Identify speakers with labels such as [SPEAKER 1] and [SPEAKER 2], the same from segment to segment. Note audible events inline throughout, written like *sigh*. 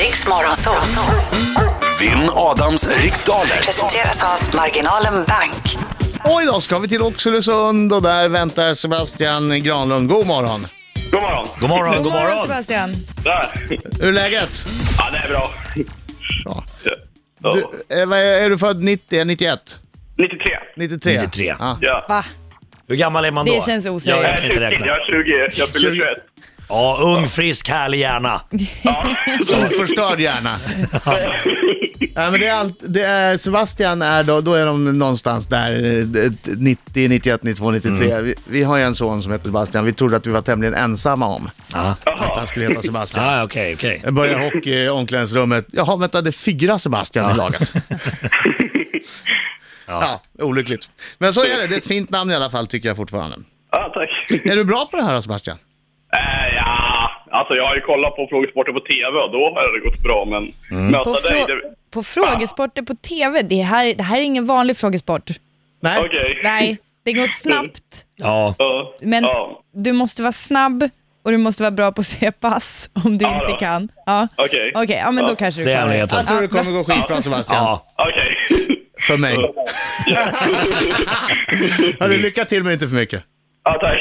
[SPEAKER 1] Riks Morgonzoo.
[SPEAKER 2] Vinn Adams riksdaler.
[SPEAKER 1] Presenteras av Marginalen Bank.
[SPEAKER 3] Och idag ska vi till Oxelösund och där väntar Sebastian Granlund. God morgon!
[SPEAKER 4] God morgon.
[SPEAKER 5] God morgon, god,
[SPEAKER 6] God morgon
[SPEAKER 5] morgon.
[SPEAKER 6] Sebastian.
[SPEAKER 4] Där.
[SPEAKER 3] Hur är läget?
[SPEAKER 4] Ja, det är bra.
[SPEAKER 3] Bra.
[SPEAKER 4] Ja.
[SPEAKER 3] Du, eh, vad är, är du född 90, 91?
[SPEAKER 4] 93.
[SPEAKER 3] 93?
[SPEAKER 5] 93.
[SPEAKER 3] Ja.
[SPEAKER 4] Ja.
[SPEAKER 6] Va?
[SPEAKER 5] Hur gammal är man då?
[SPEAKER 6] Det känns osäkert.
[SPEAKER 5] Ja, jag
[SPEAKER 4] Jag
[SPEAKER 5] kan
[SPEAKER 4] är 20,
[SPEAKER 5] inte räkna.
[SPEAKER 4] jag är 20, jag fyller
[SPEAKER 3] 20.
[SPEAKER 4] 21.
[SPEAKER 5] Ja, ung, frisk, härlig hjärna. *laughs*
[SPEAKER 4] Ja.
[SPEAKER 3] Oförstörd hjärna. Ja, men det är allt, det är, Sebastian är då, då är de någonstans där, eh, 90, 91, 92, 93. Vi, vi har ju en son som heter Sebastian. Vi trodde att vi var tämligen ensamma om
[SPEAKER 5] Ja,
[SPEAKER 3] att han skulle heta Sebastian.
[SPEAKER 5] ah, okej, okej.
[SPEAKER 3] Jag börjar hockey i omklädningsrummet. Jaha, vänta, det är fyra Sebastian i laget. ja. olyckligt. Men så är det. Det är ett fint namn i alla fall, tycker jag fortfarande.
[SPEAKER 4] *laughs* ja, tack.
[SPEAKER 3] Är du bra på det här då, Sebastian?
[SPEAKER 4] Äh, ja. Alltså, jag har ju kollat på frågesporten på TV och då har det gått bra, men
[SPEAKER 5] Mm.
[SPEAKER 4] möta
[SPEAKER 6] På,
[SPEAKER 4] dig...
[SPEAKER 6] frå-
[SPEAKER 4] Det...
[SPEAKER 6] på frågesporter på TV, det här, det här är ingen vanlig frågesport.
[SPEAKER 3] Nej.
[SPEAKER 4] Okej.
[SPEAKER 6] *laughs* Nej, det går snabbt.
[SPEAKER 5] Ja,
[SPEAKER 4] Ja.
[SPEAKER 6] Men
[SPEAKER 4] Mm. Ja.
[SPEAKER 6] du måste vara snabb och du måste vara bra på att se pass om du
[SPEAKER 4] Ja,
[SPEAKER 6] inte
[SPEAKER 4] då.
[SPEAKER 6] kan. Ja.
[SPEAKER 4] Okej.
[SPEAKER 6] Okej, ja, men då
[SPEAKER 4] Ja.
[SPEAKER 6] kanske du
[SPEAKER 5] det är
[SPEAKER 6] klarar det.
[SPEAKER 5] hemligheten.
[SPEAKER 3] Jag tror det kommer gå skitbra, Sebastian.
[SPEAKER 5] Ja,
[SPEAKER 4] Okej. *laughs*
[SPEAKER 3] För mig. ja, du, lycka till, men inte för mycket.
[SPEAKER 4] Ja, tack.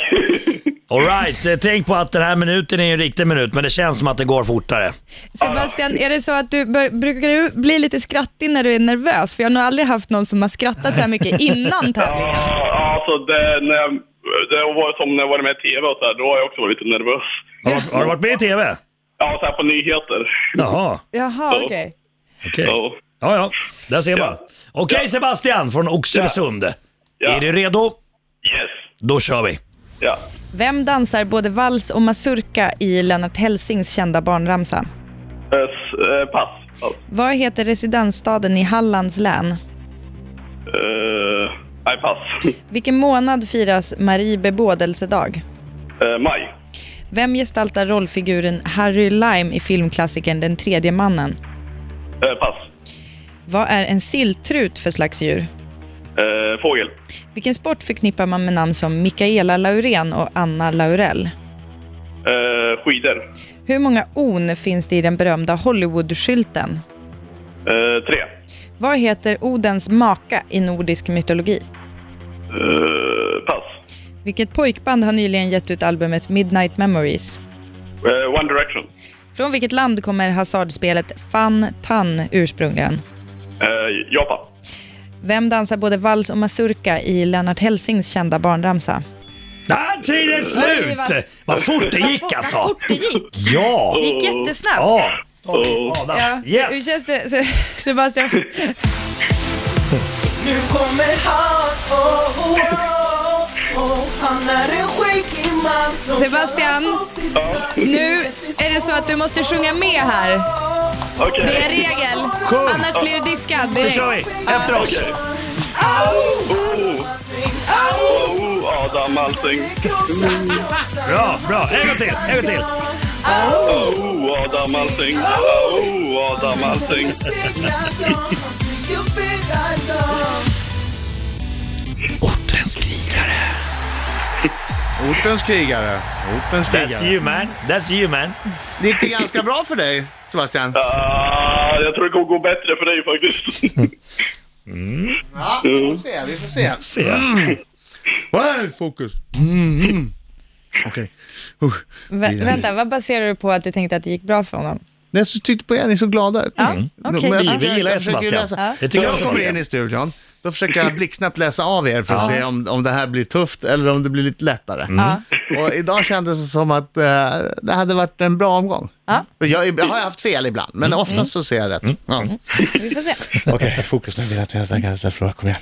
[SPEAKER 5] alright. Eh, Tänk på att den här minuten är ju en riktig minut, men det känns som att det går fortare.
[SPEAKER 6] Sebastian, är det så att du bör, brukar du bli lite skrattig när du är nervös? För jag har nog aldrig haft någon som har skrattat så här mycket innan tävlingen.
[SPEAKER 4] Ja, alltså, det, när jag, det var som när jag var med i TV och så här, då har jag också varit lite nervös.
[SPEAKER 5] Har, du- har du varit med i TV?
[SPEAKER 4] Ja, så här på nyheter.
[SPEAKER 5] Jaha,
[SPEAKER 6] Jaha, okej.
[SPEAKER 5] okej.
[SPEAKER 4] Ja.
[SPEAKER 5] Ja, ja, där ser man.
[SPEAKER 4] Ja.
[SPEAKER 5] Okej Sebastian från Oxelösund.
[SPEAKER 4] Ja.
[SPEAKER 5] Är du redo?
[SPEAKER 4] Yes.
[SPEAKER 5] Då kör vi.
[SPEAKER 4] Ja.
[SPEAKER 6] Vem dansar både vals och mazurka i Lennart Hellsings kända barnramsa?
[SPEAKER 4] Eh, s- eh, pass. Pass.
[SPEAKER 6] Vad heter residensstaden i Hallands län?
[SPEAKER 4] Eh, nej, pass. *laughs*
[SPEAKER 6] Vilken månad firas Marie bebådelsedag?
[SPEAKER 4] Eh, maj.
[SPEAKER 6] Vem gestaltar rollfiguren Harry Lime i filmklassikern Den tredje mannen?
[SPEAKER 4] Eh, pass.
[SPEAKER 6] Vad är en silltrut för slags djur?
[SPEAKER 4] Eh, fågel.
[SPEAKER 6] Vilken sport förknippar man med namn som Mikaela Laurén och Anna Laurell?
[SPEAKER 4] Eh, skidor.
[SPEAKER 6] Hur många on finns det i den berömda Hollywood-skylten?
[SPEAKER 4] Eh, tre.
[SPEAKER 6] Vad heter Odens maka i nordisk mytologi?
[SPEAKER 4] Eh, pass.
[SPEAKER 6] Vilket pojkband har nyligen gett ut albumet Midnight Memories?
[SPEAKER 4] Eh, One Direction.
[SPEAKER 6] Från vilket land kommer hasardspelet Fan Tan ursprungligen?
[SPEAKER 4] Eh, Japan.
[SPEAKER 6] Vem dansar både vals och mazurka i Lennart Hellsings kända barnramsa?
[SPEAKER 5] Där tiden
[SPEAKER 6] Oj,
[SPEAKER 5] slut!
[SPEAKER 6] vad-
[SPEAKER 5] Vad fort det gick
[SPEAKER 6] Vad
[SPEAKER 5] alltså.
[SPEAKER 6] fort det gick!
[SPEAKER 5] Ja.
[SPEAKER 6] Det gick jättesnabbt.
[SPEAKER 5] Ja. Adam.
[SPEAKER 6] Hur
[SPEAKER 5] Yes.
[SPEAKER 6] känns det, Se- Sebastian?
[SPEAKER 7] Nu kommer han, oh, oh, oh, oh. Han är en skäggig man som
[SPEAKER 6] Sebastian,
[SPEAKER 7] kallas på sitt namn.
[SPEAKER 6] Nu är det så att du måste sjunga med här.
[SPEAKER 4] Okej.
[SPEAKER 6] Det är en regel.
[SPEAKER 5] Sjung.
[SPEAKER 6] Annars blir du diskad
[SPEAKER 5] Nu
[SPEAKER 6] direkt.
[SPEAKER 5] kör vi. Efter oss.
[SPEAKER 4] Okej.
[SPEAKER 7] Au!
[SPEAKER 4] Oh, Adam Alsing.
[SPEAKER 5] Bra, bra. En gång till. En gång till.
[SPEAKER 4] Oh, Adam Alsing. Oh, Adam Alsing.
[SPEAKER 2] Ortens krigare.
[SPEAKER 3] Ortens krigare. Ortens
[SPEAKER 5] That's
[SPEAKER 3] krigare.
[SPEAKER 5] you man. That's you man.
[SPEAKER 3] Gick det ganska bra för dig, Sebastian?
[SPEAKER 4] Ah, jag tror det kommer gå bättre för dig faktiskt. *laughs*
[SPEAKER 3] Ja, vi får se. Vi får se.
[SPEAKER 5] Se.
[SPEAKER 3] Wow, fokus. Mm, mm. Okej. Usch.
[SPEAKER 6] Vä- vänta, vad baserar du på att du tänkte att det gick bra för honom?
[SPEAKER 3] Nej, så titta på er, ni är så glada ut.
[SPEAKER 6] Ja, okej.
[SPEAKER 3] jag
[SPEAKER 6] Vi-
[SPEAKER 3] tycker-
[SPEAKER 5] vi gillar
[SPEAKER 3] jag försöker
[SPEAKER 5] Sebastian.
[SPEAKER 3] läsa-
[SPEAKER 5] Ja. Det tycker
[SPEAKER 3] När jag
[SPEAKER 5] jag
[SPEAKER 3] kommer
[SPEAKER 5] Sebastian.
[SPEAKER 3] in i studion, då försöker jag blixtsnabbt läsa av er för att se om, om det här blir tufft eller om det blir lite lättare.
[SPEAKER 6] Ja.
[SPEAKER 3] Och idag kändes det som att eh, det hade varit en bra omgång.
[SPEAKER 6] Ja.
[SPEAKER 3] Jag, jag har haft fel ibland, men oftast så ser jag rätt. Ja.
[SPEAKER 6] Vi får se.
[SPEAKER 3] *laughs* Okej, fokus nu. Vill jag att jag ska ställa frågor. Kom igen.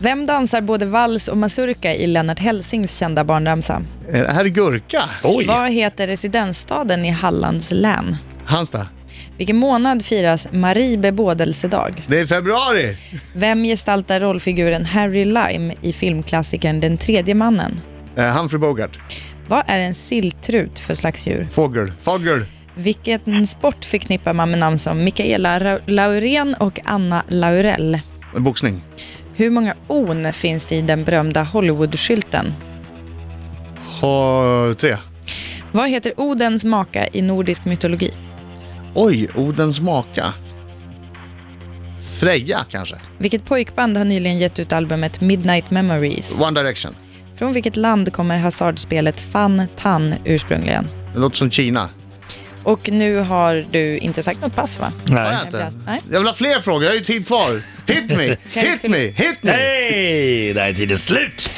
[SPEAKER 6] Vem dansar både vals och mazurka i Lennart Hellsings kända barnramsa?
[SPEAKER 3] Eh, Det här är Gurka,
[SPEAKER 5] Oj.
[SPEAKER 6] Vad heter residensstaden i Hallands län?
[SPEAKER 3] Halmstad.
[SPEAKER 6] Vilken månad firas Marie bebådelsedag?
[SPEAKER 3] Det är februari.
[SPEAKER 6] Vem gestaltar rollfiguren Harry Lime i filmklassikern Den tredje mannen?
[SPEAKER 3] Eh, Humphrey Bogart.
[SPEAKER 6] Vad är en silltrut för slags djur?
[SPEAKER 3] Fågel. Fågel.
[SPEAKER 6] Vilken sport förknippar man med namn som Mikaela Ra- Laurén och Anna Laurell?
[SPEAKER 3] Boxning.
[SPEAKER 6] Hur många on finns det i den berömda Hollywood-skylten?
[SPEAKER 3] Ha, tre.
[SPEAKER 6] Vad heter Odens maka i nordisk mytologi?
[SPEAKER 3] Oj, Odens maka. Freja kanske?
[SPEAKER 6] Vilket pojkband har nyligen gett ut albumet Midnight Memories?
[SPEAKER 3] One Direction.
[SPEAKER 6] Från vilket land kommer hasardspelet Fan Tan ursprungligen?
[SPEAKER 3] Det låter som Kina.
[SPEAKER 6] Och nu har du inte sagt något pass va?
[SPEAKER 3] Har
[SPEAKER 5] Nej.
[SPEAKER 3] jag inte?
[SPEAKER 6] Nej.
[SPEAKER 3] Jag vill ha fler frågor, jag har ju tid kvar. Hit
[SPEAKER 6] *laughs*
[SPEAKER 3] me, hit me, hit me.
[SPEAKER 5] Hej! Där är tiden slut.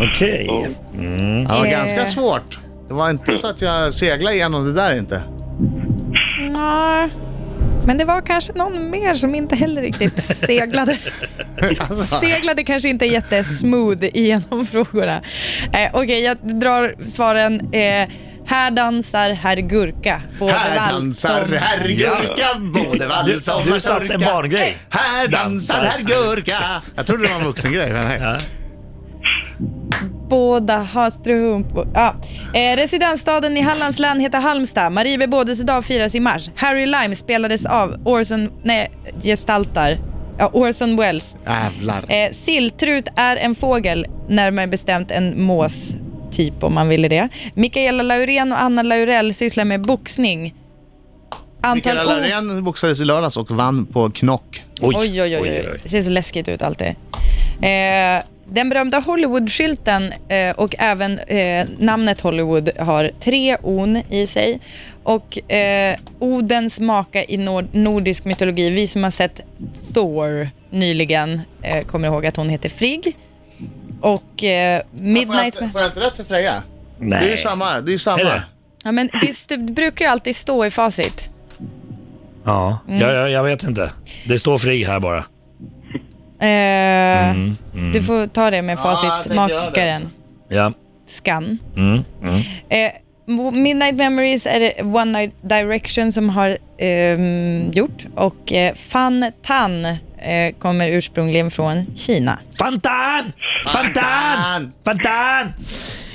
[SPEAKER 5] Okej.
[SPEAKER 3] Det var
[SPEAKER 6] Eh.
[SPEAKER 3] ganska svårt. Det var inte så att jag seglade igenom det där inte. *laughs*
[SPEAKER 6] Nej. Men det var kanske någon mer som inte heller riktigt
[SPEAKER 3] *laughs*
[SPEAKER 6] seglade.
[SPEAKER 3] Alltså,
[SPEAKER 6] seglade kanske inte jättesmooth igenom frågorna. Eh, Okej, jag drar svaren. Eh, här dansar herr Gurka. Både
[SPEAKER 3] här
[SPEAKER 6] vals
[SPEAKER 3] dansar
[SPEAKER 6] och-
[SPEAKER 3] herr Gurka, både
[SPEAKER 5] Du,
[SPEAKER 3] vals och
[SPEAKER 5] du satte en
[SPEAKER 3] mazurka.
[SPEAKER 5] barngrej.
[SPEAKER 3] Här dansar herr Gurka. Jag trodde det var en vuxengrej, men nej.
[SPEAKER 6] Båda har strumpor. Ja. Eh, residensstaden i Hallands län heter Halmstad. Marie bebådelsedag firas i mars. Harry Lime spelades av Orson... Nej, gestaltar. Ja, Orson Welles.
[SPEAKER 3] Jävlar.
[SPEAKER 6] Eh, silltrut är en fågel, närmare bestämt en mås typ om man ville det. Mikaela Laurén och Anna Laurell sysslar med boxning. Antal
[SPEAKER 3] Mikaela
[SPEAKER 6] ord-
[SPEAKER 3] Laurén boxades i lördags och vann på knock.
[SPEAKER 5] Oj,
[SPEAKER 6] Oj, oj, oj, oj, Det ser så läskigt ut alltid. Eh, den berömda Hollywood-skylten eh, och även eh, namnet Hollywood har tre on i sig. Och eh, Odens maka i nord- nordisk mytologi, vi som har sett Thor nyligen eh, kommer ihåg att hon heter Frigg. Och eh,
[SPEAKER 3] Får jag,
[SPEAKER 6] Midnight...
[SPEAKER 3] inte- får jag inte rätt för Freja?
[SPEAKER 5] Nej.
[SPEAKER 3] Det är ju samma. Det är ju
[SPEAKER 5] Är
[SPEAKER 3] samma.
[SPEAKER 5] det?
[SPEAKER 6] Ja, men det, st- det brukar ju alltid stå i facit.
[SPEAKER 5] Ja,
[SPEAKER 6] Mm.
[SPEAKER 5] ja, ja, jag vet inte. Det står fri här bara.
[SPEAKER 6] Eh, Du får ta det med
[SPEAKER 3] jag tänker göra det.
[SPEAKER 6] facitmakaren.
[SPEAKER 5] Ja.
[SPEAKER 6] Scan.
[SPEAKER 5] Mm. Mm.
[SPEAKER 6] Eh, Midnight Memories är det One Night Direction som har ehm, gjort och eh, Fan Tan eh, kommer ursprungligen från Kina.
[SPEAKER 5] Fantan! Fantan!
[SPEAKER 3] Fantan!
[SPEAKER 5] Fantan!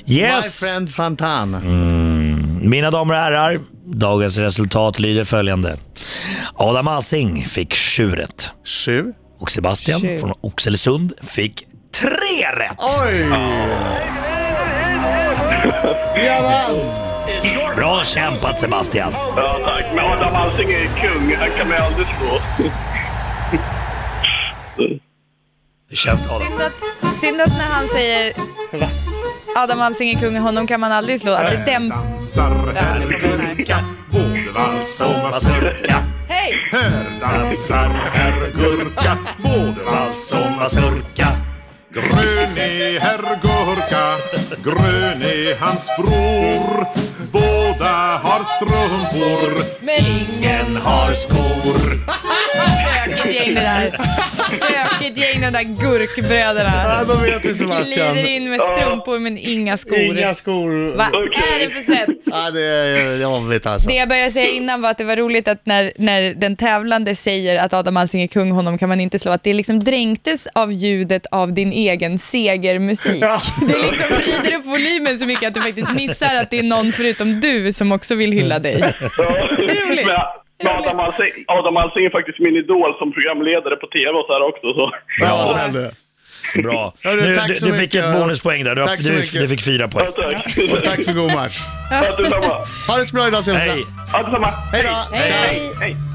[SPEAKER 3] My
[SPEAKER 5] Yes! Mm.
[SPEAKER 3] friend Fantan.
[SPEAKER 5] Mina damer och herrar, dagens resultat lyder följande. Adam Alsing fick sju rätt
[SPEAKER 3] Sju.
[SPEAKER 5] och Sebastian
[SPEAKER 6] Sju.
[SPEAKER 5] från Oxelösund fick tre rätt.
[SPEAKER 3] Oj! Jag vann!
[SPEAKER 5] Bra kämpat Sebastian!
[SPEAKER 4] Ja, tack. Men Adam Alsing är ju kung. Han kan man ju aldrig slå.
[SPEAKER 5] Hur känns det Adam?
[SPEAKER 6] Synd att, synd att när han säger Adam Alsing är kung, honom kan man aldrig slå. Att det däm-
[SPEAKER 8] Dansar herr Gurka, både vals och mazurka.
[SPEAKER 6] Hej!
[SPEAKER 8] Här dansar herr Gurka, både vals och mazurka. Grön är herr Gurka, grön är hans bror. Båda har strumpor,
[SPEAKER 6] Men
[SPEAKER 8] ingen har skor.
[SPEAKER 6] stökigt gäng det där. Stökigt gäng de där gurkbröderna.
[SPEAKER 3] Ja, då vet vi Sebastian.
[SPEAKER 6] Glider in med strumpor men inga skor.
[SPEAKER 3] Inga skor.
[SPEAKER 6] Vad är det för sätt?
[SPEAKER 3] Ja, det är jobbigt alltså.
[SPEAKER 6] Det jag började säga innan var att det var roligt att när, när den tävlande säger att Adam Alsing är kung, honom kan man inte slå, att det liksom dränktes av ljudet av din egen segermusik.
[SPEAKER 3] Ja.
[SPEAKER 6] Det liksom vrider upp volymen så mycket att du faktiskt missar att det är någon förutom du som också vill hylla dig. roligt.
[SPEAKER 4] Men, men Adam, Alsing, Adam Alsing är faktiskt min idol som programledare på tv och så här också. Så.
[SPEAKER 3] Ja, vad snäll du är.
[SPEAKER 5] Bra.
[SPEAKER 3] Hörru,
[SPEAKER 5] Nu,
[SPEAKER 3] tack
[SPEAKER 5] du,
[SPEAKER 3] så
[SPEAKER 5] du fick
[SPEAKER 3] mycket.
[SPEAKER 5] ett bonuspoäng där.
[SPEAKER 3] Tack så
[SPEAKER 5] Du,
[SPEAKER 3] mycket.
[SPEAKER 5] du, du fick fyra poäng.
[SPEAKER 4] Ja, tack.
[SPEAKER 3] Och tack för god match.
[SPEAKER 4] Ja, detsamma.
[SPEAKER 3] Ha det så bra idag Sebastian.
[SPEAKER 5] Hej!
[SPEAKER 4] Ja, detsamma.
[SPEAKER 3] Hej då. Hej.
[SPEAKER 4] Hej.